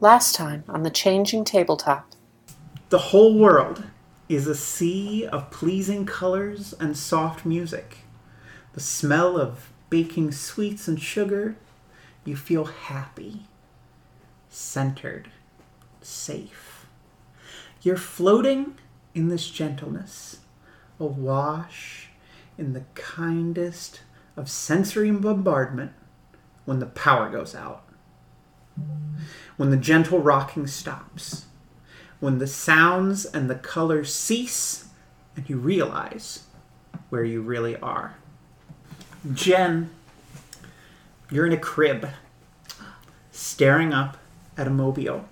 Last time on the changing tabletop. The whole world is a sea of pleasing colors and soft music. The smell of baking sweets and sugar. You feel happy, centered, safe. You're floating in this gentleness, awash in the kindest of sensory bombardment when the power goes out. When the gentle rocking stops when the sounds and the colors cease and you realize where you really are. Jen, you're in a crib, staring up at a mobile.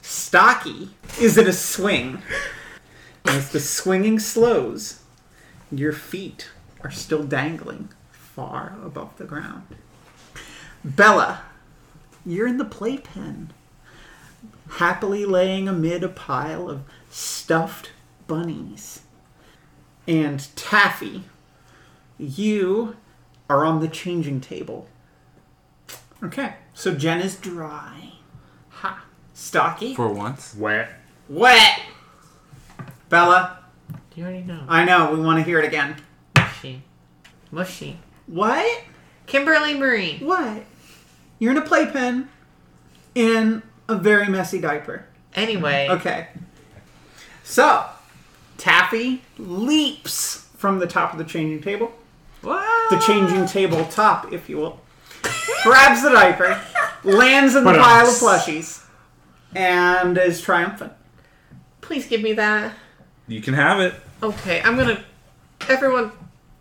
Stocky is in a swing. As the swinging slows, your feet are still dangling far above the ground. Bella, you're in the playpen happily laying amid a pile of stuffed bunnies. And Taffy, you are on the changing table. Okay, so Jen is dry. Ha. Stocky? For once. Wet. Wet! Bella, You already know. I know, we want to hear it again. Mushy. Mushy. What? Kimberly Marie. What? You're in a playpen in a very messy diaper. Anyway. Okay. So, Taffy leaps from the top of the changing table, What? the changing table top, if you will, grabs the diaper, lands in the Ba-dum. pile of plushies, and is triumphant. Please give me that. You can have it. Okay, I'm gonna. Everyone,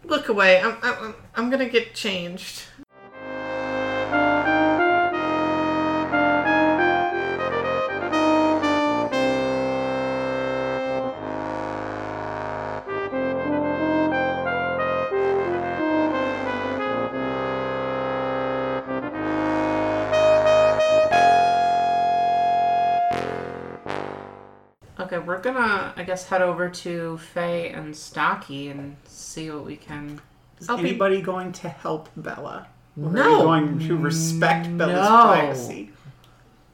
look away. I'm, I'm, I'm gonna get changed. Okay, we're gonna, I guess, head over to Faye and Stocky and see what we can. Is I'll be- anybody going to help Bella? Or Are No. you going to respect Bella's No. privacy?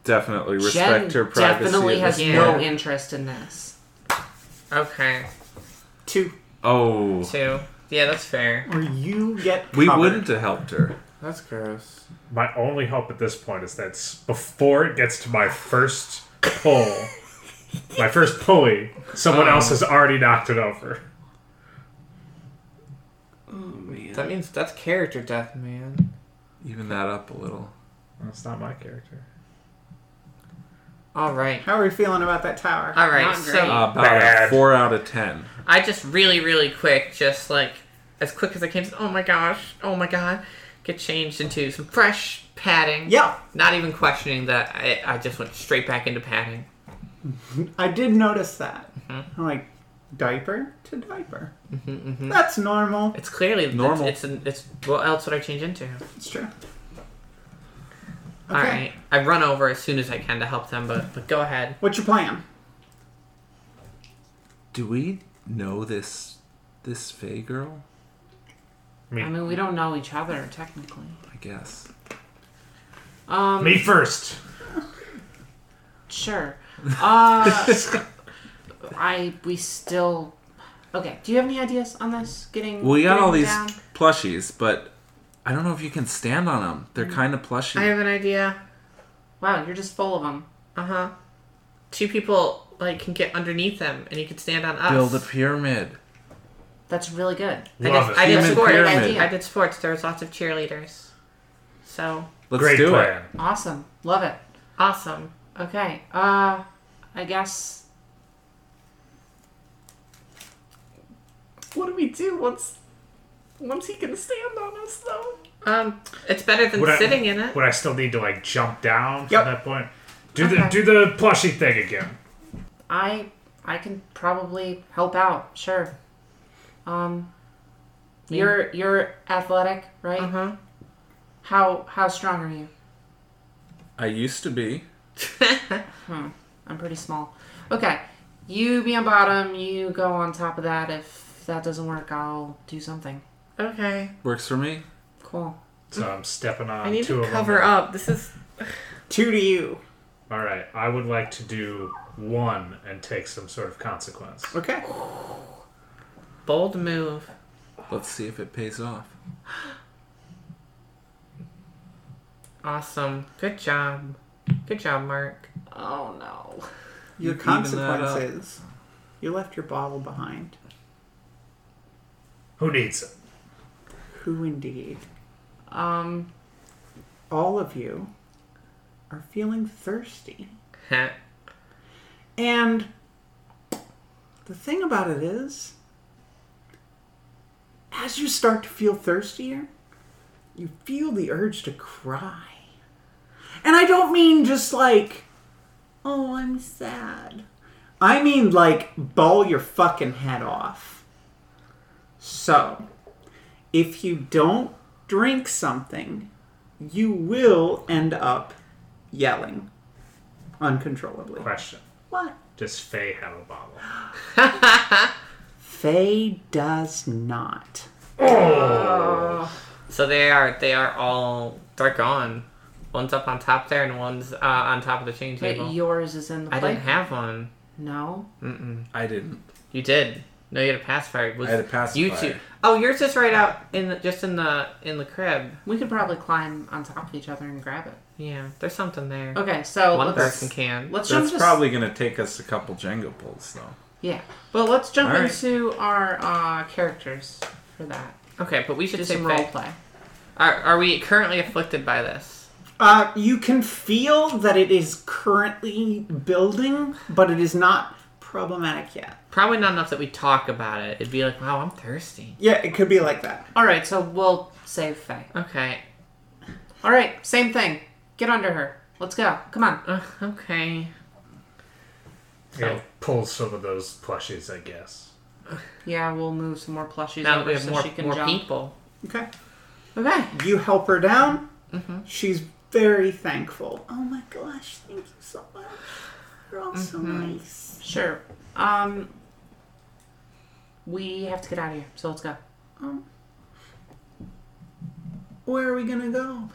Definitely respect Jen her privacy. definitely at has this no point. interest in this. Okay, Two. Oh, two. Yeah, that's fair. Or you get we covered. wouldn't have helped her. That's gross. My only hope at this point is that s- before it gets to my first pull, my first pulley, Um, someone else has already knocked it over. That means that's character death, man. Even that up a little. That's not my character. All right. How are we feeling about that tower? All right, Not so great. Uh, about a Bad. four out of ten. I just really, really quick, just like as quick as I can. Just, oh my gosh, oh my god, get changed into some fresh padding. Yeah, Not even questioning that. I, I just went straight back into padding. I did notice that. Mm-hmm. I'm like, diaper to diaper. That's normal. It's clearly Normal. It's it's, an, it's what else would I change into? It's true. All right, I run over as soon as I can to help them, but but go ahead. What's your plan? Do we know this this Faye girl? I mean, we don't know each other technically. I guess. Um, Me first. sure. Uh, I we still. Okay. Do you have any ideas on this? Getting Well, we got getting all these down? plushies, but I don't know if you can stand on them. They're kind of plushy. I have an idea. Wow, you're just full of them. Uh huh. Two people like can get underneath them, and you can stand on us. Build a pyramid. That's really good. I Love did, it. I did Human sports. pyramid. I did sports. There was lots of cheerleaders. So Let's Great do plan. Awesome. Love it. awesome. Okay. Uh, I guess What do we do once? Once he can stand on us, though. Um, it's better than Would I- sitting in it. Would I still need to like jump down Yep. from that point? Do Okay. the do the plushie thing again. I I can probably help out. Sure. Um, you're you're athletic, right? Uh huh. How how strong are you? I used to be. I'm pretty small. Okay, you be on bottom. You go on top of that. If that doesn't work, I'll do something. okay. Works for me. Cool. So I'm stepping on I need two to of cover them. up. This is Two to you. All right, I would like to do one and take some sort of consequence. Okay. Bold move. Let's see if it pays off. Awesome. Good job. Good job, Mark. Oh no. Your You've evened that up. consequence is you left your bottle behind. Who needs it? Who indeed? Um, All of you are feeling thirsty. Heh. And the thing about it is, as you start to feel thirstier, you feel the urge to cry. And I don't mean just like, oh, I'm sad. I mean like, ball your fucking head off. So, if you don't drink something, you will end up yelling uncontrollably. Question. What? Does Faye have a bottle? Faye does not. So they are they are all they're gone. One's up on top there and one's uh, on top of the change but table. yours is in the I plate. didn't have one. no. I didn't. You did. No, you had a pacifier. Was I had a You pacifier. two. Oh, yours is right out in the, just in the in the crib. We could probably climb on top of each other and grab it. Yeah, there's something there. Okay, so One let's person can. let's jump That's to probably going to take us a couple Jenga pulls, though. yeah, but let's jump All right. into our uh, characters for that. Okay, but we should Do say some role Faye. play. Are, are we currently afflicted by this? Uh, you can feel that it is currently building, but it is not problematic yet. Probably not enough that we talk about it. It'd be like, wow, I'm thirsty. Yeah, it could be like that. All right, so we'll save Faye. Okay. All right, same thing. Get under her. Let's go. Come on. Ugh, okay. Yeah, pull some of those plushies, I guess. Yeah, we'll move some more plushies Now that over we have so more, she can more jump. people. Okay. Okay. You help her down. She's very thankful. Oh my gosh, thank you so much. You're all so nice. Sure. Um, we have to get out of here, so let's go. Where are we gonna go?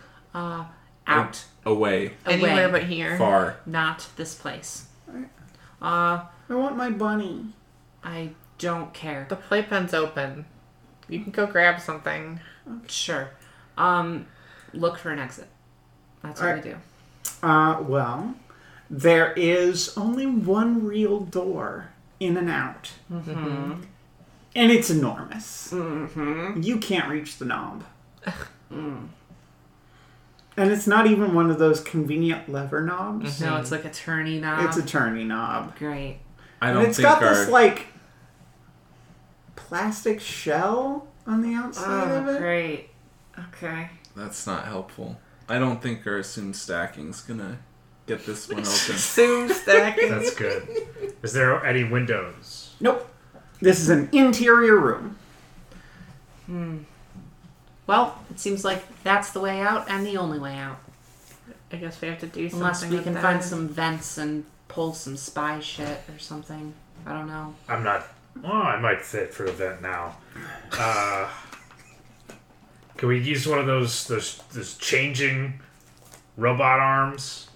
Out. Away, Anywhere Away. but here. far. Not this place. I want my bunny. I don't care. The playpen's open. You can go grab something. Sure. Um, look for an exit. That's what Alright. we do. Uh, well, there is only one real door in and out. Mm-hmm. And it's enormous. Mm-hmm. You can't reach the knob. And it's not even one of those convenient lever knobs. No, it's like a turny knob. It's a turny knob. Great. I And don't it's think got our. this, like, plastic shell on the outside of Oh, it. great. Okay. That's not helpful. I don't think our assumed stacking's going to get this one open. Zoom stacking. That's good. Is there any windows? Nope. This is an interior room. Well, it seems like that's the way out and the only way out. I guess we have to do something. Unless we with can that. find some vents and pull some spy shit or something. I don't know. I'm not. Oh, I might fit for the vent now. Uh, can we use one of those those those changing robot arms?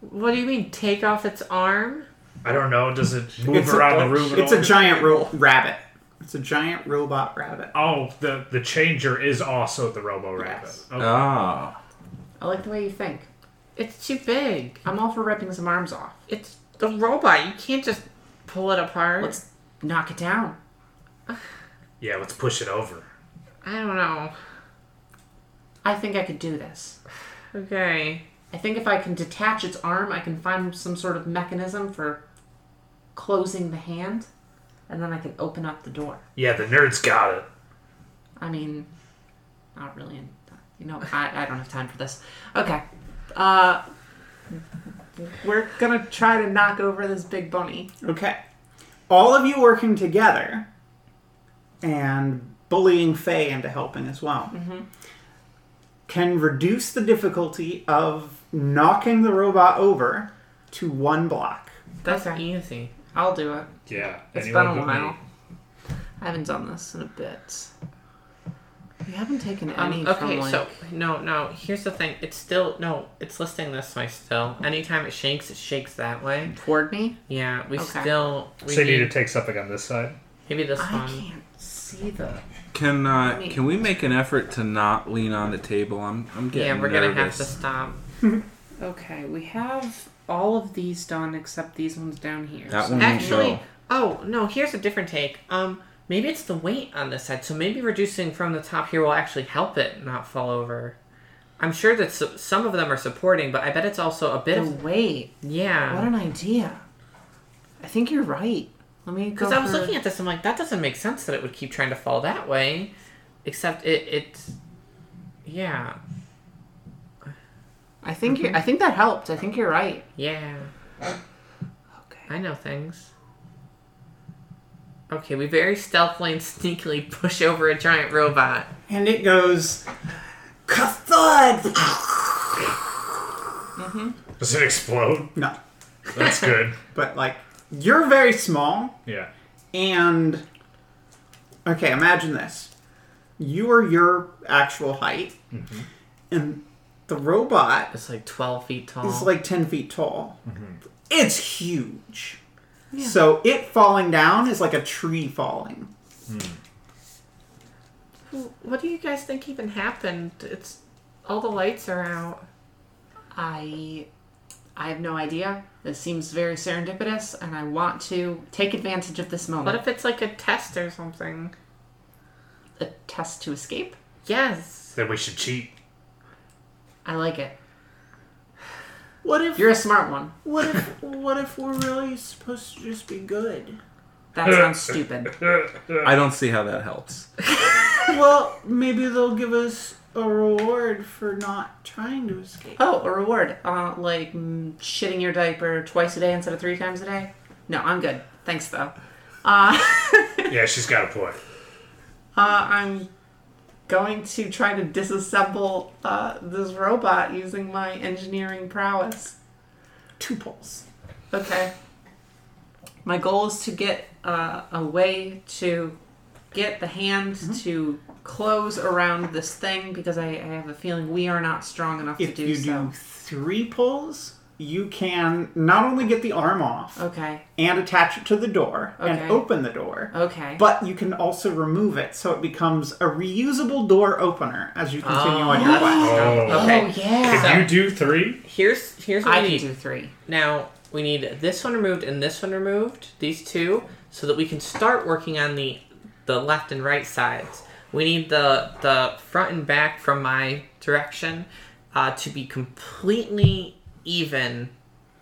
What do you mean? Take off its arm? I don't know. Does it move It's a- around the room? at It's a all? giant ro- rabbit. It's a giant robot rabbit. Oh, the the changer is also the Robo Rabbit. Yes. Oh. Okay. Ah. I like the way you think. It's too big. I'm all for ripping some arms off. It's the robot. You can't just pull it apart. Let's knock it down. yeah, let's push it over. I don't know. I think I could do this. Okay. I think if I can detach its arm, I can find some sort of mechanism for closing the hand, and then I can open up the door. Yeah, the nerds got it. I mean, not really. In, you know, I, I don't have time for this. Okay. Uh, we're gonna try to knock over this big bunny. Okay. All of you working together and bullying Faye into helping as well can reduce the difficulty of knocking the robot over to one block. That's Okay. easy. I'll do it. Yeah, It's anyone been a but me. while. I haven't done this in a bit. You haven't taken Um, any okay, from like. so no, no. Here's the thing. It's still no. It's listing this way still. Anytime it shakes, it shakes that way. Toward me? Yeah, we Okay. still. We So you need to need- take something on this side. maybe this I one. can't see the. Can I uh, mean- can we make an effort to not lean on the table? I'm I'm getting Yeah, we're nervous. gonna have to stop. Okay, we have all of these done except these ones down here. That so- one won't Actually, show. oh no. Here's a different take. Um, maybe it's the weight on this side. So maybe reducing from the top here will actually help it not fall over. I'm sure that so, some of them are supporting, but I bet it's also a bit Oh, of wait. yeah. What an idea. I think you're right. Let me go. Because I was for- looking at this, I'm like, that doesn't make sense that it would keep trying to fall that way. Except it, it, yeah, I think you I think that helped. I think you're right. yeah. Okay. I know things. Okay, we very stealthily and sneakily push over a giant robot. And it goes, Cathud! Does it explode? No, That's good. but like, you're very small, yeah. and. Okay, imagine this. You are your actual height, and the robot It's like 12 feet tall. is like 10 feet tall. It's huge. So it falling down is like a tree falling. what do you guys think even happened? It's all the lights are out. I I have no idea. This seems very serendipitous and I want to take advantage of this What moment. if it's like a test or something? A test to escape? Yes. Then we should cheat. I like it. What if You're a smart one. what if what if we're really supposed to just be good? That sounds stupid. I don't see how that helps. Well, maybe they'll give us a reward for not trying to escape. Oh, a reward. Uh, like mm, shitting your diaper twice a day instead of three times a day? No, I'm good. Thanks, though. Uh, uh, Yeah, she's got a point. I'm going to try to disassemble uh, this robot using my engineering prowess. Two poles. Okay. My goal is to get uh, a way to get the hand to close around this thing because I, I have a feeling we are not strong enough If to do you so. do three poles, you can not only get the arm off Okay. and attach it to the door Okay. and open the door, Okay. but you can also remove it so it becomes a reusable door opener as you continue Oh, on Ah. your way. Oh. Okay. Oh yeah. Can you do three? Here's here's what I we can need. do three. Now we need this one removed and this one removed, these two, so that we can start working on the the left and right sides. We need the the front and back from my direction uh, to be completely even,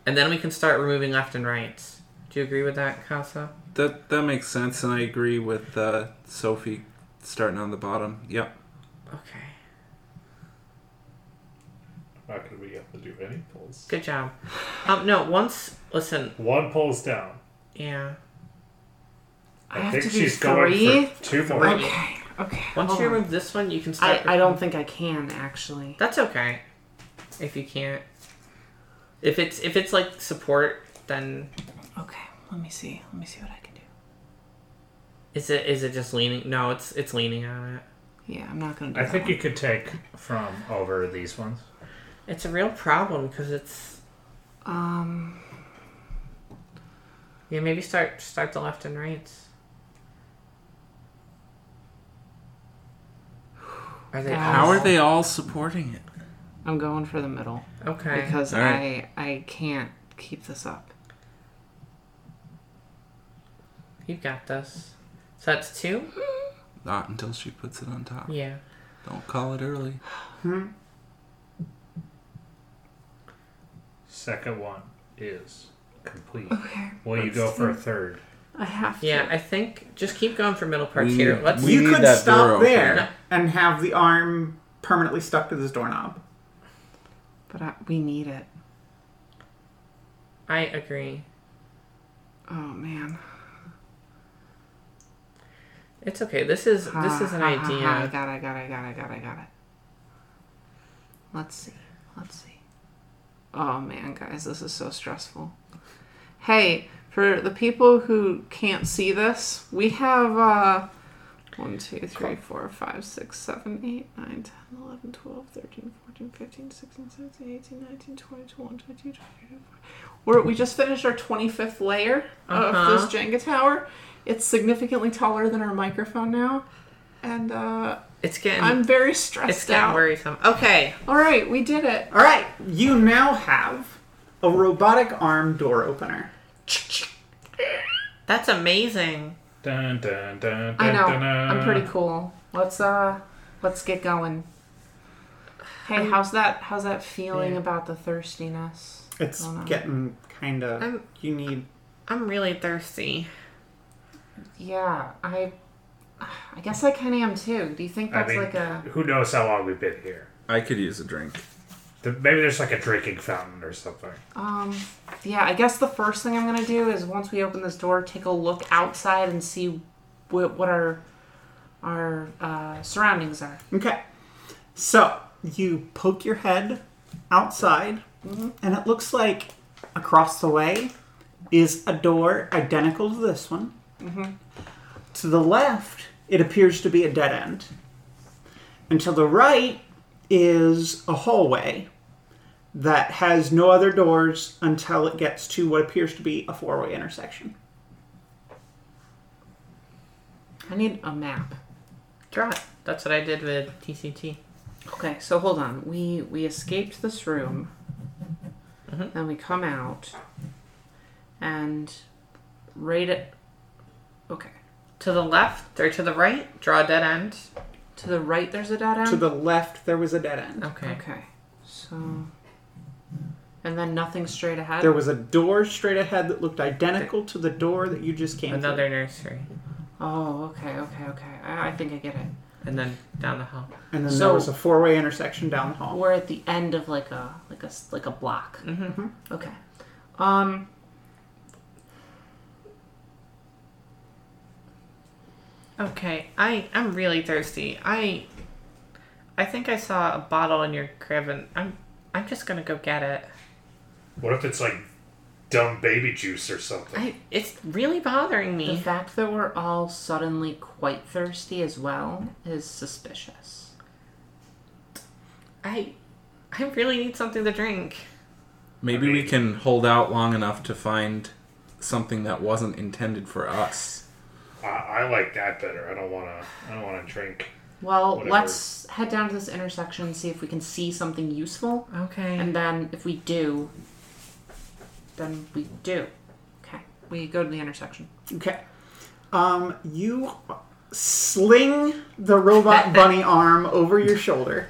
and then we can start removing left and rights. Do you agree with that, Casa? That that makes sense, and I agree with uh, Sophie starting on the bottom. Yep. Okay. How could we have to do any pulls? Good job. Um, no, once listen, One pull's down. yeah. I, I have think to do she's three. going for two more. Okay. Okay. Once hold you on. remove this one, you can start. I, I don't think I can actually. That's okay. If you can't. If it's if it's like support, then Okay. Let me see. Let me see what I can do. is it is it just leaning? No, it's it's leaning on it. Yeah, I'm not gonna do I that think one. you could take from over these ones. It's a real problem because it's Um. yeah. Maybe start start the left and rights. Are they Guys. How are they all supporting it? I'm going for the middle okay? because All right. I I can't keep this up. You've got this. So that's two. Not until she puts it on top. Yeah. Don't call it early. Second one is complete. Okay. Will you go for a third? I have to. Yeah. I think just keep going for middle parts We- here. Let's. we- you need could that door stop opener. there and have the arm permanently stuck to this doorknob. But I, we need it. I agree. Oh man. It's okay. This is this Ah, is an ah, ah, ah, I idea. got it. I got it. I got it. I got it. I got it. Let's see. Let's see. Oh man, guys, this is so stressful. Hey, for the people who can't see this, we have uh 1, 2, 3, 4, 5, 6, 7, 8, 9, 10, 11, 12, 13, 14, 15, 16, 17, 18, 19, 20, 21, 22, 23, 24. We're, we just finished our 25th layer Uh-huh. of this Jenga tower. It's significantly taller than our microphone now. And uh, It's getting I'm very it's stressed getting out. worrisome. Okay. All right, we did it. All right, you now have a robotic arm door opener. That's amazing. Dun, dun, dun, I dun, know. dun, I'm dun. pretty cool. Let's uh let's get going. Hey, how's that how's that feeling about the thirstiness? It's Oh, no. getting kind of. I'm- You need. I'm really thirsty. Yeah, I I guess I kinda am too. Do you think I that's mean, like a who knows how long we've been here? I could use a drink. Th- Maybe there's like a drinking fountain or something. um yeah, I guess the first thing I'm gonna do is once we open this door, take a look outside and see what what our our uh, surroundings are. Okay. So, you poke your head outside, Mm-hmm. and it looks like across the way is a door identical to this one. Mm-hmm. To the left, it appears to be a dead end. And to the right is a hallway that has no other doors until it gets to what appears to be a four way intersection. I need a map. Draw it. That's what I did with TCT. Okay, so hold on. We we escaped this room. Then we come out and right it Okay. To the left or to the right, draw a dead end. To the right there's a dead end. To the left, there was a dead end. Okay. okay. So and then nothing straight ahead. There was a door straight ahead that looked identical to the door that you just came Another nursery. oh, okay, okay, okay. I, I think I get it. And then down the hall. through. And then So- there was a four-way intersection down the hall. We're at the end of like a like a s- like a block. Mm-hmm. Okay. Um. Okay, I I'm really thirsty. I I think I saw a bottle in your crib, and I'm I'm just gonna go get it. What if it's like dumb baby juice or something? I it's really bothering The me. fact that we're all suddenly quite thirsty as well is suspicious. I I really need something to drink. Maybe we can hold out long enough to find something that wasn't intended for us. I, I like that better. I don't wanna. I don't wanna drink. Well, whatever. let's head down to this intersection and see if we can see something useful. Okay. And then if we do, then we do. Okay. We go to the intersection. Okay. Um, you sling the robot bunny arm over your shoulder,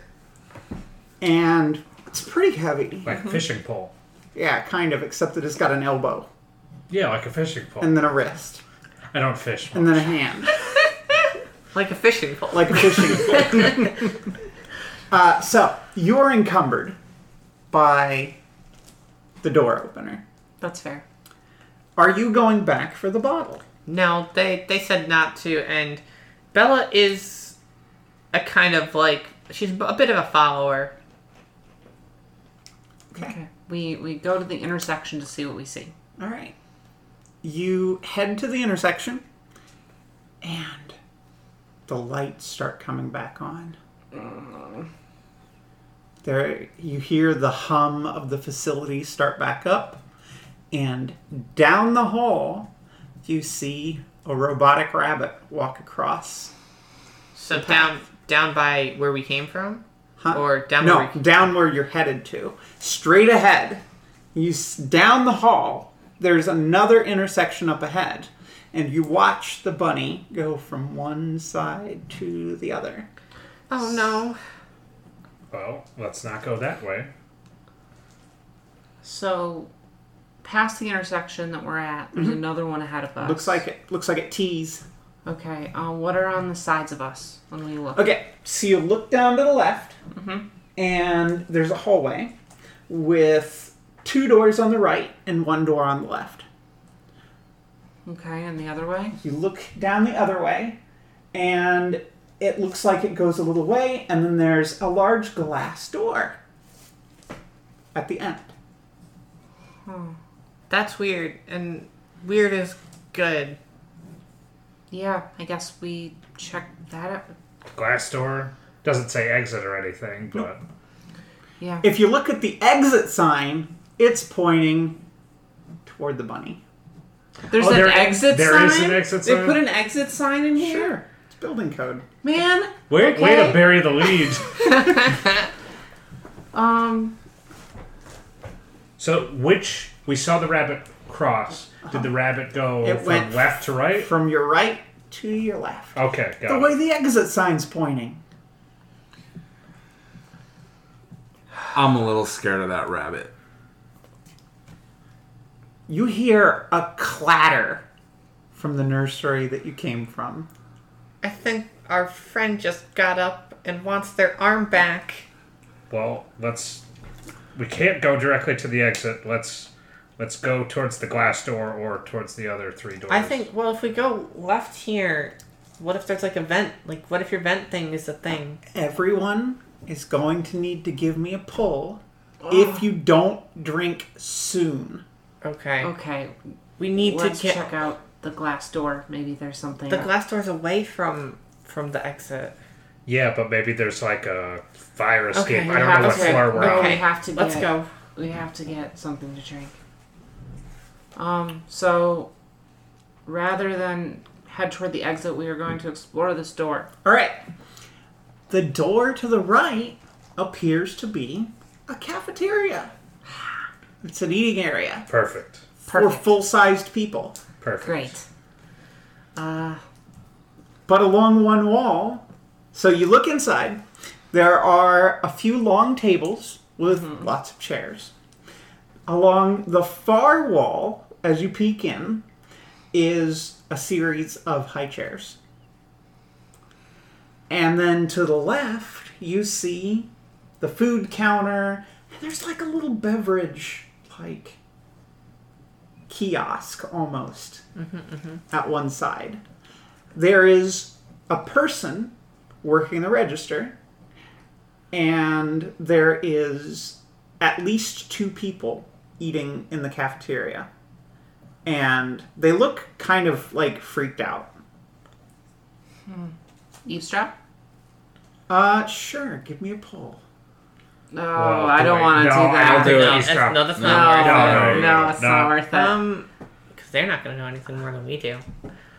and it's pretty heavy. Mm-hmm. Like a fishing pole. Yeah, kind of, except that it's got an elbow, Yeah, like a fishing pole. and then a wrist, I don't fish. and then a hand, like a fishing pole. like a fishing pole. uh, so you're encumbered by the door opener. That's fair. Are you going back for the bottle? No, they they said not to, and Bella is a kind of like she's a bit of a follower. Okay. We we go to the intersection to see what we see. All right. You head to the intersection, and the lights start coming back on. There, you hear the hum of the facility start back up, and down the hall, you see a robotic rabbit walk across. So down down by where we came from, Huh? or down no, where we, down where you're headed to. Straight ahead. You s- down the hall. There's another intersection up ahead, and you watch the bunny go from one side to the other. oh no, Well, let's not go that way. So past the intersection that we're at, there's another one ahead of us. Looks like it. Looks like it tees. Okay. Uh, what are on the sides of us when we look? Okay, so you look down to the left, Mm-hmm. and there's a hallway with two doors on the right and one door on the left. Okay. And the other way? You look down the other way, and it looks like it goes a little way, and then there's a large glass door at the end. that's weird, and weird is good. yeah, I guess we check that out. Glass door doesn't say exit or anything, but Yeah. If you look at the exit sign, it's pointing toward the bunny. There's Oh, an there- exit sign. there is an exit they sign? put an exit sign in here. It's building code. Man, way, way to Okay. bury the lead. um, so which we saw the rabbit cross. Did the rabbit go It from went- left to right? From your right to your left. Okay, The got way it. the exit sign's pointing. I'm a little scared of that rabbit. You hear a clatter from the nursery that you came from. I think our friend just got up and wants their arm back. Well, let's. We can't go directly to the exit. Let's let's go towards the glass door or towards the other three doors. I think. Well, if we go left here, what if there's like a vent? Like, what if your vent thing is a thing? Everyone is going to need to give me a pull if you don't drink soon. Okay. okay, We need let's to get check out the glass door. Maybe there's something. the glass doors away from from the exit. Yeah, but maybe there's like a fire Okay, escape. we I don't know have- what okay, floor we're no, on. okay. we have to. Get, Let's go. We have to get something to drink. Um. So, rather than head toward the exit, we are going to explore this door. All right. The door to the right appears to be a cafeteria. It's an eating area Perfect. for full-sized people. Perfect. Great. Uh, but along one wall. So you look inside. There are a few long tables with lots of chairs. Along the far wall, as you peek in, is a series of high chairs. And then to the left, you see the food counter. And there's like a little beverage, like kiosk almost, at one side there is a person working the register, and there is at least two people eating in the cafeteria. And they look kind of like freaked out. eavesdrop. Uh, sure, give me a pull. No, Well, Oh, I don't wait. want to No, do I that. don't do it. No, He's that's- dropped. no, that's No, not No, worth no, no, no, it's no. not worth it. it. Um, because they're not gonna know anything more than we do.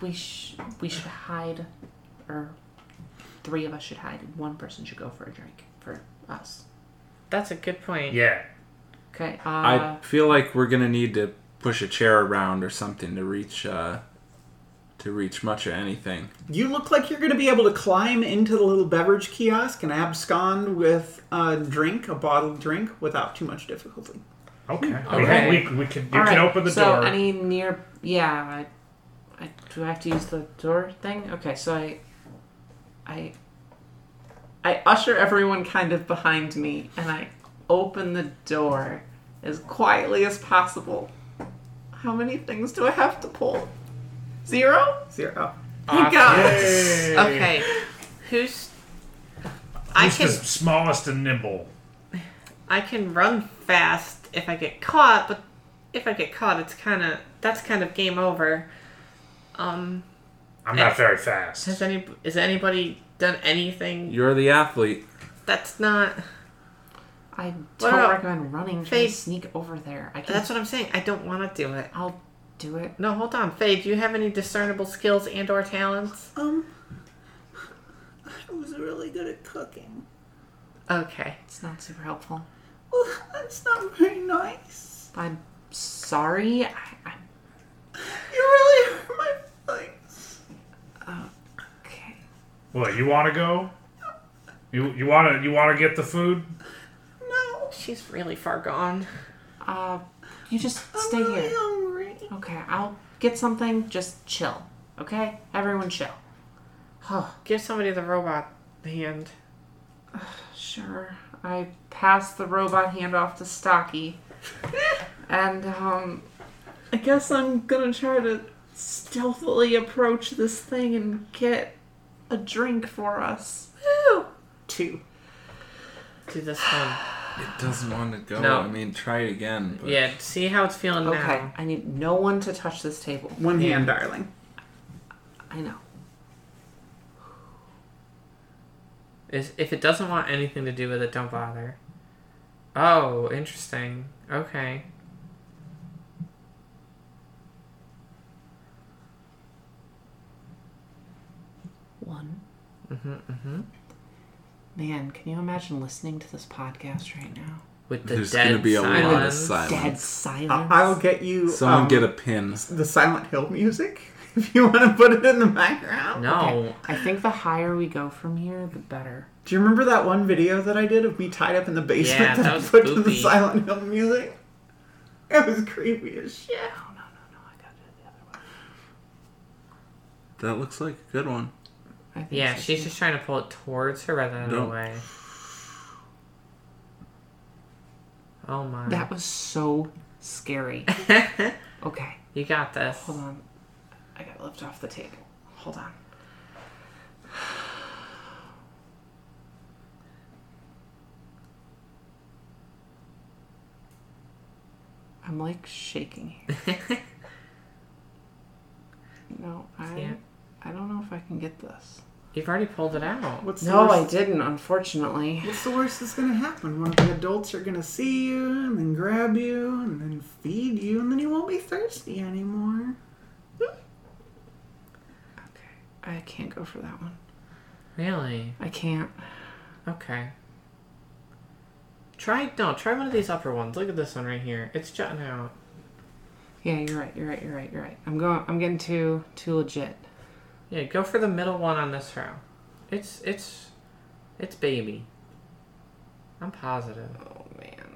we sh- we should hide, or three of us should hide, and one person should go for a drink for us. That's a good point. Yeah. Okay. Uh, I feel like we're gonna need to push a chair around or something to reach uh, to reach much of anything. You look like you're going to be able to climb into the little beverage kiosk and abscond with a drink, a bottled drink, without too much difficulty. Okay. We, Okay. we, we can. You all can right, open the so door. any near? Yeah. I, I do. I have to use the door thing. Okay. So I, I, I usher everyone kind of behind me, and I open the door as quietly as possible. How many things do I have to pull? Zero. Zero. Thank God. Yay. Okay. Who's? I Who's can the smallest and nimble? I can run fast if I get caught, but if I get caught, it's kind of that's kind of game over. Um, I'm not very fast. has any is anybody done anything You're the athlete. that's not? I don't about recommend running. Try to Faith? sneak over there. I can. That's what I'm saying. I don't want to do it. I'll do it. No, hold on, Faye. Do you have any discernible skills and/or talents? Um, I was really good at cooking. Okay. It's not super helpful. Well, that's not very nice. I'm sorry. I, I'm You really hurt my feelings. okay. Well, you want to go? You you want to you want to get the food? No, She's really far gone. Uh, you just I'm stay really here. hungry. Okay, I'll get something. Just chill. Okay, everyone, chill. Huh. Give somebody the robot hand. Sure. I pass the robot hand off to Stocky, and um, I guess I'm gonna try to stealthily approach this thing and get a drink for us. Two. Do this one. It doesn't want to go. No. I mean, try it again. But Yeah. See how it's feeling Okay, now. I need no one to touch this table. One hand, darling. I know. Is if it doesn't want anything to do with it, don't bother. Oh, interesting. Okay. One. Mm-hmm, mm-hmm. Man, can you imagine listening to this podcast right now? With the There's dead gonna be a silence. lot of silence. Dead silence. I- I'll get you Someone um, get a pin. the Silent Hill music if you want to put it in the background. No. Okay. I think the higher we go from here, the better. Do you remember that one video that I did of me tied up in the basement Yeah, that that I was put to the spooky. Silent Hill music? It was creepy as shit. No, no, no, no. I got it. the other way. That looks like a good one. I think Yeah, so, she's too. just trying to pull it towards her rather than Don't. away. Oh my. That was so scary. okay, you got this. hold on. I got left off the table. Hold on. I'm like shaking here. No, I Yeah. I don't know if I can get this. You've already pulled it out. What's No, the I worst, didn't, unfortunately. What's the worst that's gonna happen? One of the adults are gonna see you and then grab you and then feed you and then you won't be thirsty anymore. I can't go for that one. Really? I can't. Okay. Try no, try one of these upper ones. Look at this one right here. It's jutting out. Yeah, you're right. You're right. You're right. You're right. I'm going. I'm getting too too legit. Yeah, go for the middle one on this row. It's it's it's baby. I'm positive. Oh man.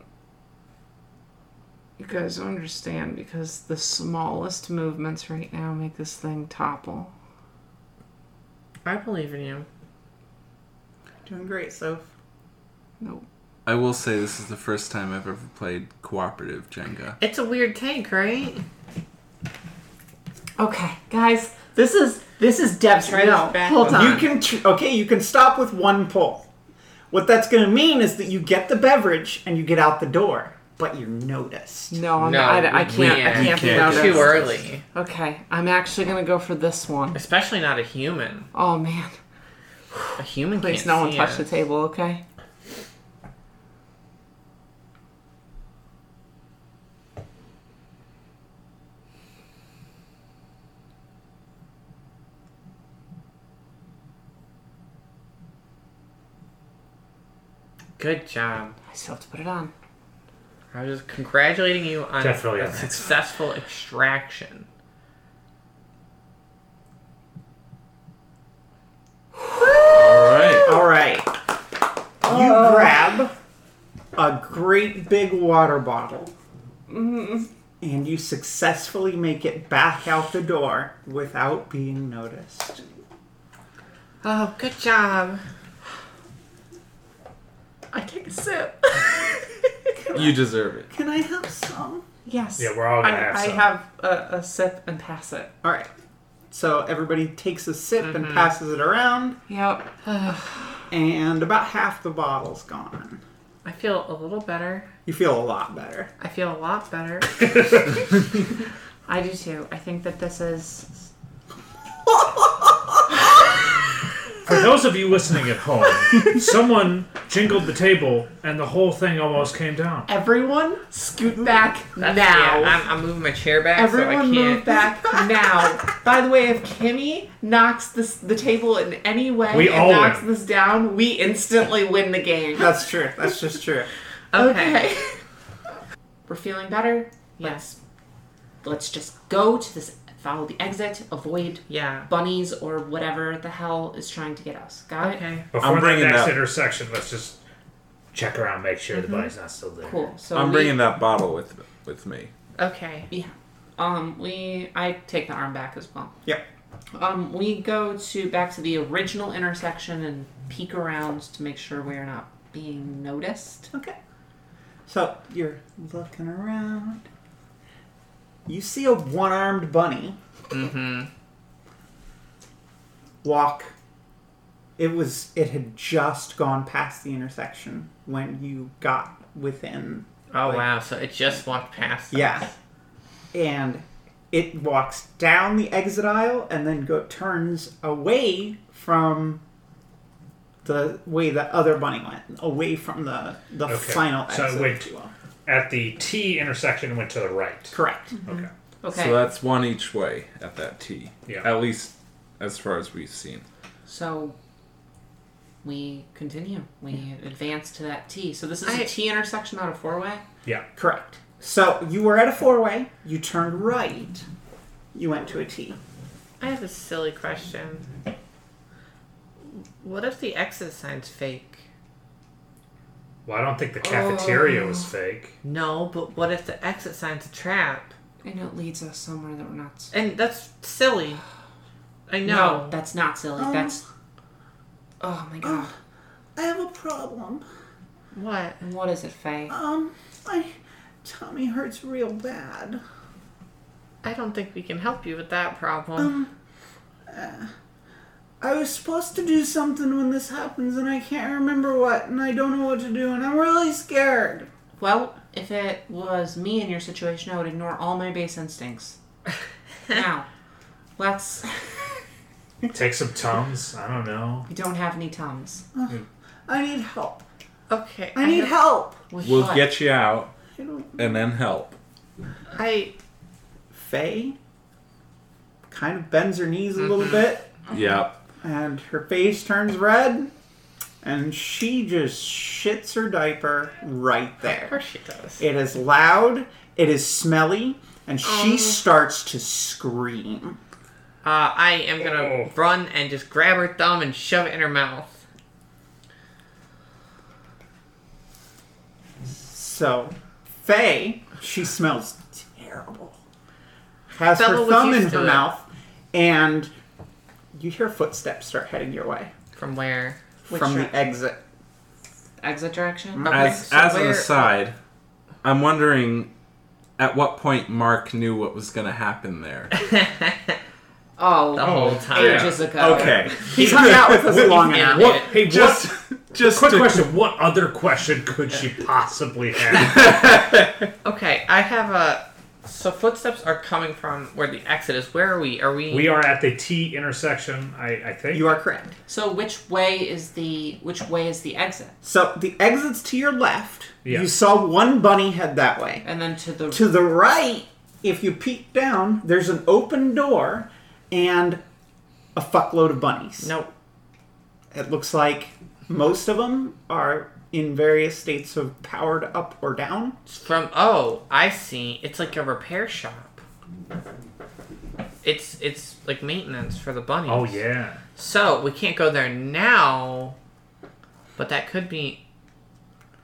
You guys don't understand because the smallest movements right now make this thing topple. I believe in you. Doing great, Soph. Nope. I will say this is the first time I've ever played cooperative Jenga. It's a weird tank, right? Okay, guys, this is this is Deb's Try this no. back hold one. on. You can tr- okay. You can stop with one pull. What that's going to mean is that you get the beverage and you get out the door, but you're noticed. Oh, no, I'm, No, I, I we can't. I can't. can't be You can't. noticed. Too early. Okay, I'm actually gonna go for this one. Especially not a human. Oh man, A human please, can't no one see touch it. the table. Okay. Good job. I still have to put it on. I was just congratulating you on Definitely a on that. successful extraction. All right. All right. You grab a great big water bottle, Mm-hmm. and you successfully make it back out the door without being noticed. Oh, good job. I take a sip. You deserve it. Can I have some? yes. Yeah, we're all gonna I, have I some. have a, a sip and pass it. All right. So everybody takes a sip and passes it around, Yep. and about half the bottle's gone. I feel a little better. You feel a lot better. I feel a lot better. I do too. I think that this is. For those of you listening at home, someone jingled the table and the whole thing almost came down. Everyone, scoot back now. Yeah, I'm, I'm moving my chair back so I Everyone, can't. move back now. By the way, if Kimmy knocks this the table in any way We and all knocks win. this down, we instantly win the game. That's true. That's just true. Okay. We're feeling better. Yes. Let's just go to this. Follow the exit. Avoid Yeah. bunnies or whatever the hell is trying to get us. Got it. Okay. Before the bringing next that- intersection, let's just check around, make sure the body's not still there. Cool. So I'm we- bringing that bottle with with me. Okay. Yeah. Um, we I take the arm back as well. Yep. Um, we go to back to the original intersection and peek around to make sure we are not being noticed. Okay. So you're looking around. You see a one armed bunny Mm-hmm. walk. It was it had just gone past the intersection when you got within Oh wow! So it just walked past. us. Yeah. And it walks down the exit aisle and then go turns away from the way the other bunny went, away from the the Okay. final So exit. wait. if you will. At the T intersection, went to the right. Correct. Okay. Okay. So So, that's one each way at that T. Yeah. At least as far as we've seen. we continue. We advance to that T. So this is a I- T intersection, not a four way. Yeah. Correct. So you were at a four way. You turned right. You went to a T. I have a silly question. What if the exit sign's fake? Well, I don't think the cafeteria was fake. No, but what if the exit sign's a trap? And it leads us somewhere that we're not. And that's silly. I No, know. that's not silly. Um, that's. Oh my god. I have a problem. What? what is it, Faye? Um, my tummy hurts real bad. I don't think we can help you with that problem. Um, I was supposed to do something when this happens, and I can't remember what, and I don't know what to do, and I'm really scared. Well, if it was me in your situation, I would ignore all my base instincts. now, let's. Take some tums. I don't know. We don't have any tums. I need help. okay. I need have- help. With We'll what? get you out I don't... and then help. I Faye kind of bends her knees a little bit, Yep. and her face turns red, and she just shits her diaper right Of there. course she does. Uh, It is loud, it is smelly, and she Um. starts to scream. Uh, I am gonna Oh. run and just grab her thumb and shove it in her mouth. So, Faye, she smells terrible. Has Bella her was thumb in used to her it. mouth, and you hear footsteps start heading your way From where? Which from direc- the exit. exit direction. As so as an where- aside, I'm wondering at what point Mark knew what was gonna happen there. Oh, The whole Oh, time. yeah. ages ago. He's hung out with us long Yeah. enough. What? Hey, just what? just Quick to- question. What other question could she possibly have? Okay, I have a. So footsteps are coming from where the exit is. Where are we? Are we? we are at the T intersection. I, I think. You are correct. So which way is the which way is the exit? So the exit's to your left. Yeah. You saw one bunny head that way. And then to the To the right, if you peek down, there's an open door and a fuckload of bunnies. No. It looks like most of them are in various states of powered up or down. It's from. Oh, I see. It's like a repair shop. It's it's like maintenance for the bunnies. Oh yeah. So we can't go there now. But that could be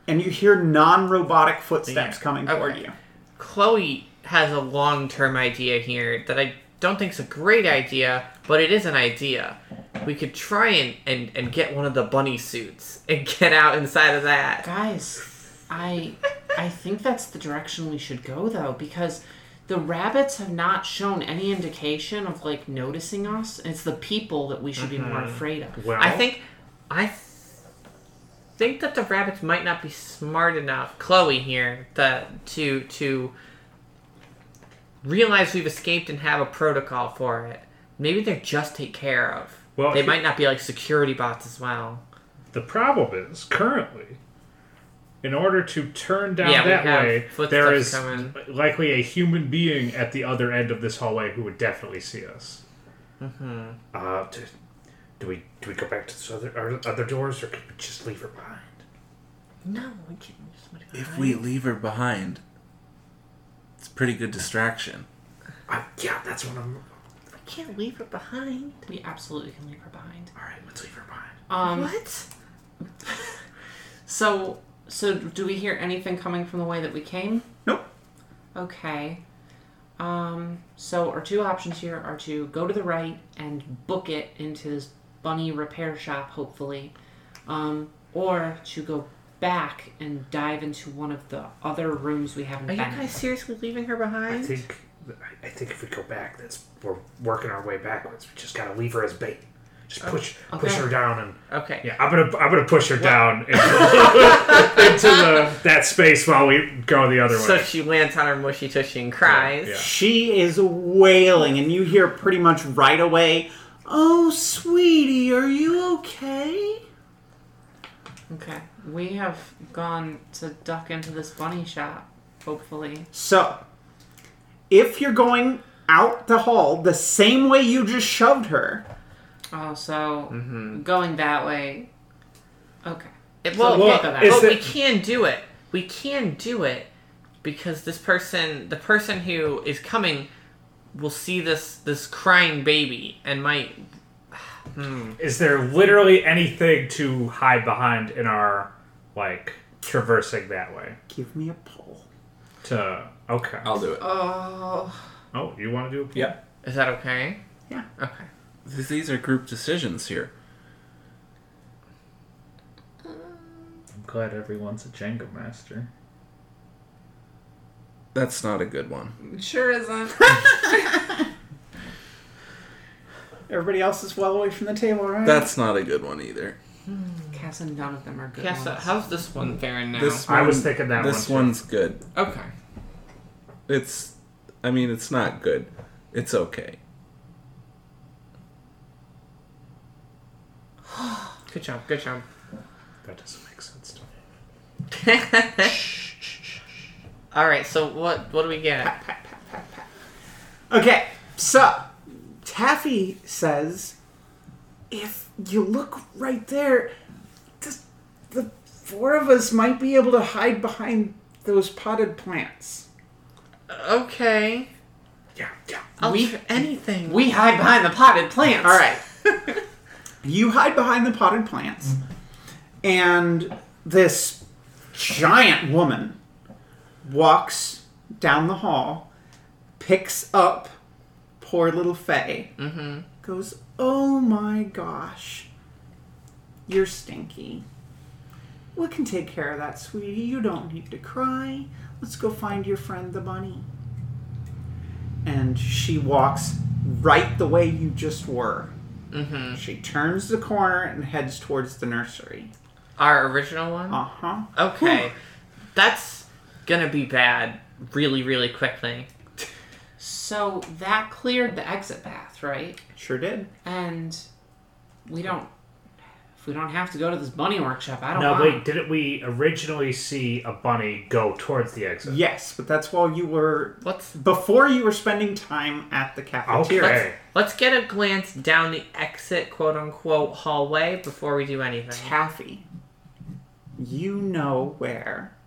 And you hear non robotic footsteps Yeah. coming Okay. toward you. Chloe has a long term idea here that I don't think's a great idea, but it is an idea. We could try and, and, and get one of the bunny suits and get out inside of that. guys. I I think that's the direction we should go though because the rabbits have not shown any indication of like noticing us. It's the people that we should be more afraid of. Well, I think I th- think that the rabbits might not be smart enough, Chloe here, the, to to realize we've escaped and have a protocol for it. Maybe they're just take care of. Well, they he- might not be like security bots as well. the problem is currently. In order to turn down Yeah, we that have way, footsteps there is coming. likely a human being at the other end of this hallway who would definitely see us. Mm-hmm. Uh, do, do we do we go back to the other our other doors, or can we just leave her behind? No, we can't leave somebody If behind. we leave her behind, it's a pretty good distraction. I, yeah, that's what I'm. we can't leave her behind. We absolutely can leave her behind. All right, let's leave her behind. Um What? so so do we hear anything coming from the way that we came? Nope. Okay. Um, so our two options here are to go to the right and book it into this bunny repair shop, hopefully, um, or to go back and dive into one of the other rooms we haven't Are you been in. guys seriously leaving her I behind? think I- I think if we go back, that's we're working our way backwards. We just gotta leave her as bait. Just Oh, push push her down and Okay. yeah, I'm gonna I'm gonna push her down into, into the that space while we go the other So way. she lands on her mushy tushy and cries. Yeah. She is wailing, and you hear pretty much right away, Oh, sweetie, are you okay? Okay. We have gone to duck into this bunny shop, hopefully. So, if you're going out the hall the same way you just shoved her, Oh, so going that way. Okay. It, So well, we'll well, go that but way. we can do it. We can do it because this person, the person who is coming, will see this this crying baby and might. Is there literally anything to hide behind in our like traversing that way? give me a pull. To okay. I'll do it. Oh. Oh, you want to do? Yeah. Is that okay? Yeah. Okay. Th- These are group decisions here. I'm glad everyone's a Jenga master. That's not a good one. Sure isn't. Everybody else is well away from the table, right? That's not a good one either. Cass and none of them are good. Yes. uh, ones. How's this one faring now? This I was one- thinking that This one, too. one's good. Okay. It's, I mean, it's not good. It's okay. Good job. Good job. That doesn't make sense to me. All right. So what what do we get? Okay, so Taffy says, if you look right there, the, the four of us might be able to hide behind those potted plants. Okay. Yeah, yeah. I'll We- tr- anything. We hide behind the potted plants. All right. you hide behind the potted plants, and this giant woman walks down the hall, picks up poor little Faye, mm-hmm. goes, Oh my gosh, you're stinky. We can take care of that, sweetie. You don't need to cry. Let's go find your friend the bunny. And she walks right the way you just were. She turns the corner and heads towards the nursery. Our original one. Uh huh. Okay. That's gonna be bad. Really, really quickly. So that cleared the exit path, right? Sure did. And we don't. If we don't have to go to this bunny workshop, I don't. Now want wait, didn't we originally see a bunny go towards the exit? Yes, but that's while you were Let's before you were spending time at the cafeteria. Okay. Let's get a glance down the exit, quote unquote, hallway before we do anything. Taffy, you know where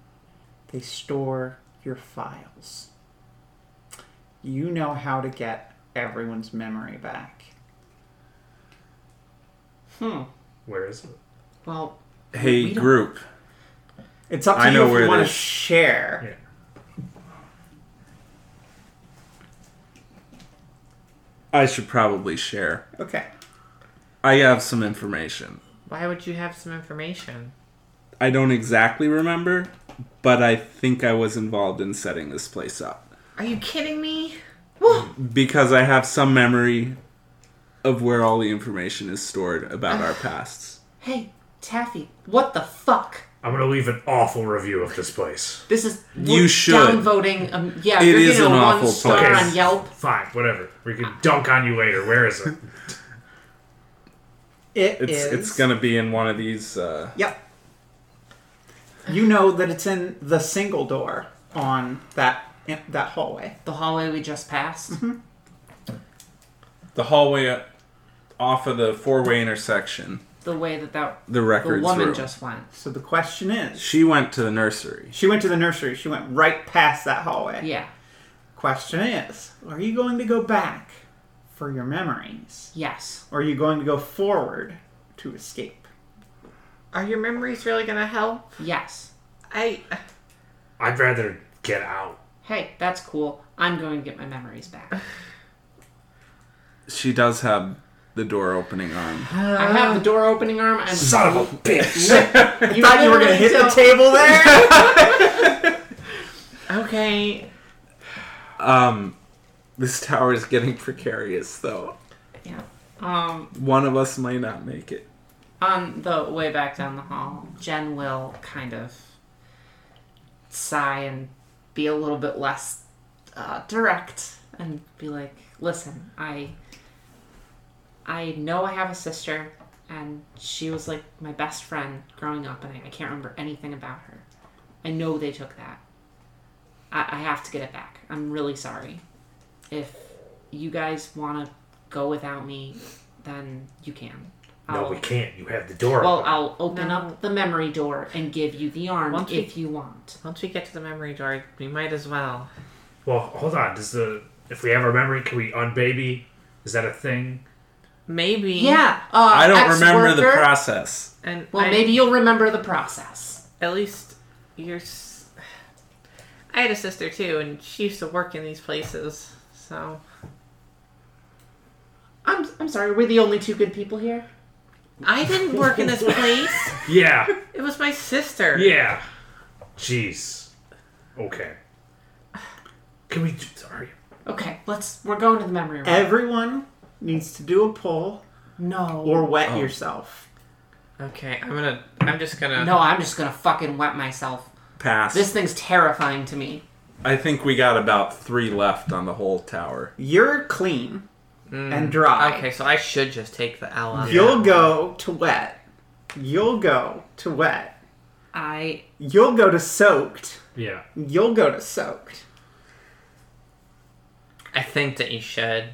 they store your files. You know how to get everyone's memory back. Hmm. Where is it? Well, Hey, don't- group. It's up to I you know if where you want this- to share. I should probably share. Okay. I have some information. Why would you have some information? I don't exactly remember, but I think I was involved in setting this place up Are you kidding me? because I have some memory of where all the information is stored about our pasts. hey, Taffy, what the fuck? I'm gonna leave an awful review of this place. This is You we're should. downvoting. Um, yeah, It you're is getting an a awful one star place. on Yelp. Fine, whatever. We can dunk on you later. Where is it? It It's is- it's gonna be in one of these. Uh, Yep. You know that it's in the single door on that that hallway. The hallway we just passed. Mm-hmm. the hallway uh, off of the four-way intersection. The way that that The the records woman room. just went. So the question is, She went to the nursery. she went to the nursery. She went right past that hallway. Yeah. Question is, are you going to go back for your memories, Yes. or are you going to go forward to escape? Are your memories really gonna help? Yes. I. I'd rather get out. Hey, that's cool. I'm going to get my memories back. She does have the door opening arm. I have Uh, the door opening arm. I'm Son of a bitch! I thought you were going to hit the table there. Okay. Um, this tower is getting precarious, though. Yeah. Um, One of us may not make it. on the way back down the hall, Jen will kind of sigh and be a little bit less uh, direct and be like, "Listen, I I know I have a sister, and she was like my best friend growing up, and I, I can't remember anything about her. I know they took that. I, I have to get it back. I'm really sorry. If you guys want to go without me, then you can. No, I'll- we can't. You have the door. well, open. I'll open No. up the memory door and give you the arm Once we- if you want. Once we get to the memory door, we might as well. well, hold on. Does the if we have our memory, can we unbaby? Is that a thing? Maybe. Yeah. Uh, I don't remember the ex-worker. process. And Well, I- maybe you'll remember the process. at least you're. s- I had a sister too, and she used to work in these places. So I'm, I'm sorry, we're the only two good people here. I didn't work in this place. Yeah. It was my sister. Yeah. Jeez. Okay. Can we? Sorry. Okay, let's. We're going to the memory room. Everyone needs to do a pull no. or wet yourself. Okay, I'm gonna. I'm just gonna. no, I'm just gonna fucking wet myself. Pass. This thing's terrifying to me. I think we got about three left on the whole tower. You're clean and dry. Okay, so I should just take the L on. You'll go to wet. You'll go to wet. I. You'll go to soaked. Yeah. You'll go to soaked. I think that you should.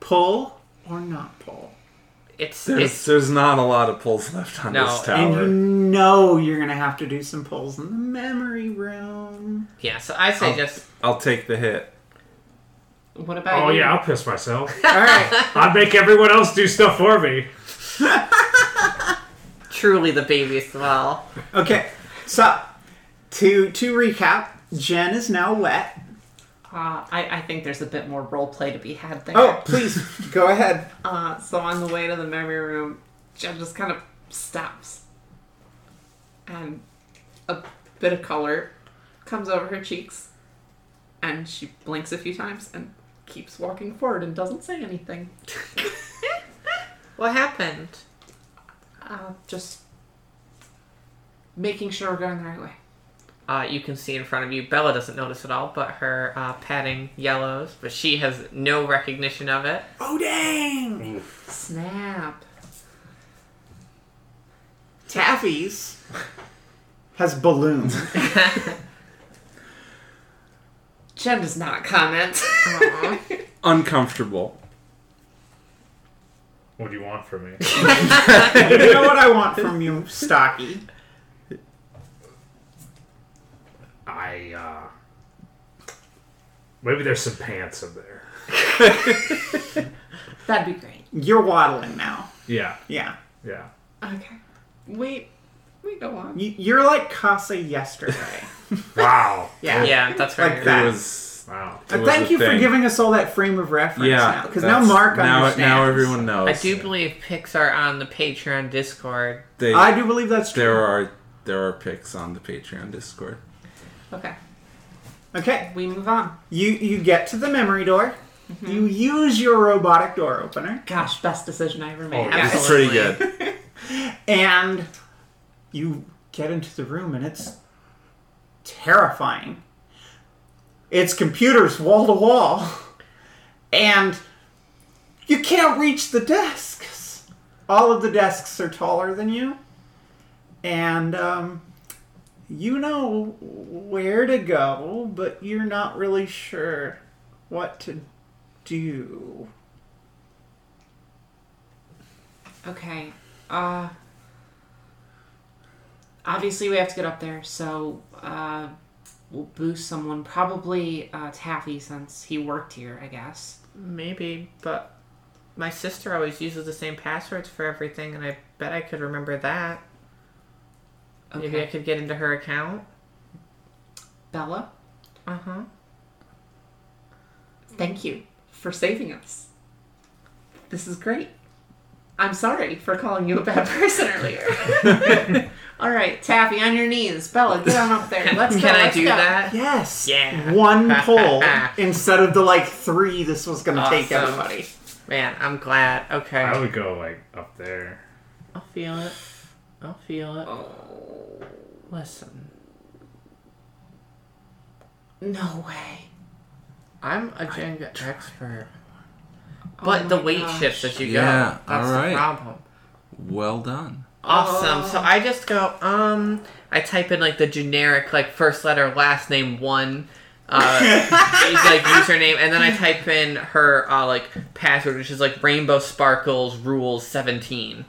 Pull or not pull. It's There's it's there's not a lot of pulls left on No, this And tower. you know you're gonna have to do some pulls in the memory room. yeah. So I Um, say just I'll take the hit. What about Oh you? yeah, I'll piss myself. Alright. I'd make everyone else do stuff for me. truly the baby as well. okay. So to to recap, Jen is now wet. Uh, I, I think there's a bit more role play to be had there. Oh, please go ahead. Uh, so on the way to the memory room, Jen just kind of stops. And a bit of color comes over her cheeks. And she blinks a few times and keeps walking forward and doesn't say anything. What happened? Uh, just making sure we're going the right way. Uh, you can see in front of you. Bella doesn't notice at all, but her uh, padding yellows, but she has no recognition of it. Oh dang! Snap. Taffy's has balloons. Jen does not comment. Uncomfortable. What do you want from me? you know what I want from you, Stocky? I uh maybe there's some pants in there. That'd be great. You're waddling now. Yeah, Yeah. yeah. Okay. We we go on. You- You're like Casa yesterday. Wow. Yeah. Yeah, that's her. Like that. It was. Wow. it And was thank a you for thing. giving us all that frame of reference Yeah, now. Because now that's- Mark now, understands. now everyone knows. I do believe pics are on the Patreon Discord. They, I do believe that's true. there are there are pics on the Patreon Discord. Okay. Okay. We move on. You you get to the memory door. You use your robotic door opener. Gosh, best decision I ever made. Oh, yeah. It's pretty good. And you get into the room and it's terrifying. It's computers wall to wall. And you can't reach the desks. All of the desks are taller than you. And um, you know where to go, but you're not really sure what to do. Okay. Uh obviously we have to get up there, so uh we'll boost someone, probably uh Taffy since he worked here, I guess. Maybe, but my sister always uses the same passwords for everything, and I bet I could remember that. Maybe I Okay. could get into her account. Bella, Uh huh. thank you for saving us. This is great. I'm sorry for calling you a bad person earlier. All right, Taffy, on your knees. Bella, get on up there. Let's go. Can I let's do go. that? Yes. Yeah. One pull instead of the like three this was going to take Awesome. everybody. Man, I'm glad. Okay. I would go like up there. I'll feel it. I'll feel it. Listen, No way. I'm a Jenga expert. But the my weight gosh. shifts as you go. Yeah, That's the alright. problem. Well done. Awesome. So I just go, um, I type in like the generic, like first letter, last name, one, uh, is, like username, and then I type in her, uh, like password, which is like Rainbow Sparkles Rules 17. and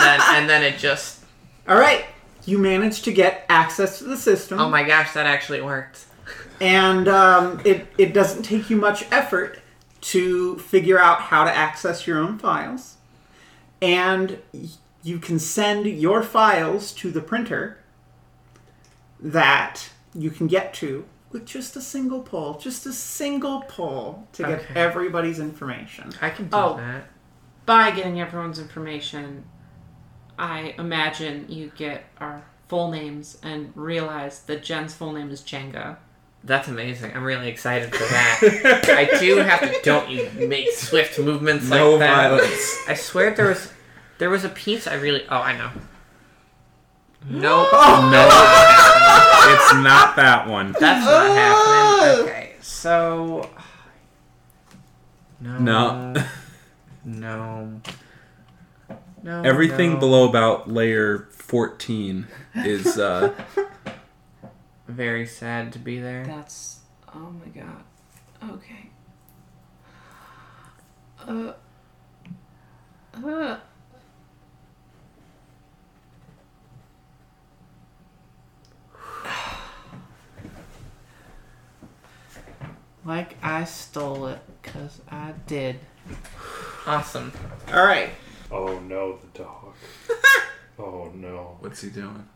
then, and then it just, All right, you managed to get access to the system. oh my gosh, that actually worked. and um, it, it doesn't take you much effort to figure out how to access your own files and y- you can send your files to the printer that you can get to with just a single poll just a single poll to get Okay. everybody's information I can do Oh. that. By getting everyone's information, I imagine you get our full names and realize that Jen's full name is Jenga. That's amazing. I'm really excited for that. I do have to, don't you make swift movements no like that. violence. I swear there was there was a piece I really oh I know. No No. it's not that one. that's not happening. Okay. So No. No. No. No. Everything no. below about layer 14 is uh very sad to be there. That's oh my god. Okay. Uh. Uh. Like I stole it, cause I did. Awesome. all right Oh no, the dog. oh no, what's he doing?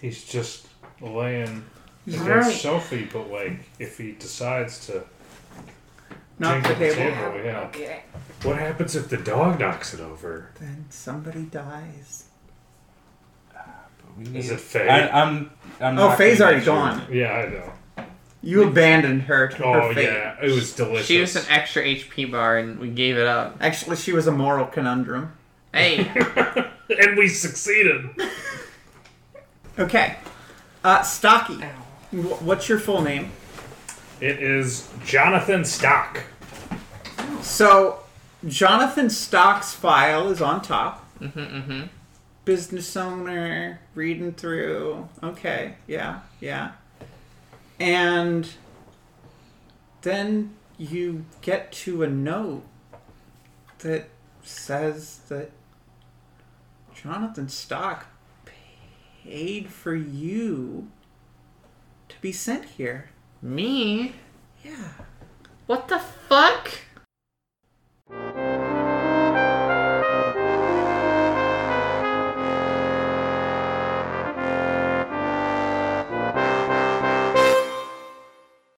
he's just laying against Alright. Sophie, but like if he decides to knock the Jingle the table table, yeah. Okay. What happens if the dog knocks it over? then somebody dies Is it fair? I, I'm, I'm oh not faye's gonna already shoot. gone yeah, I know. you abandoned her to Oh her fate yeah, it was delicious. She was an extra HP bar and we gave it up. actually she was a moral conundrum Hey, and we succeeded. Okay. Uh, Stocky. Wh- What's your full name? It is Jonathan Stock. So, Jonathan Stock's file is on top. Mm-hmm, Business owner, reading through. Okay, yeah, yeah. And then you get to a note that says that Jonathan Stock paid for you to be sent here. me? Yeah. What the fuck?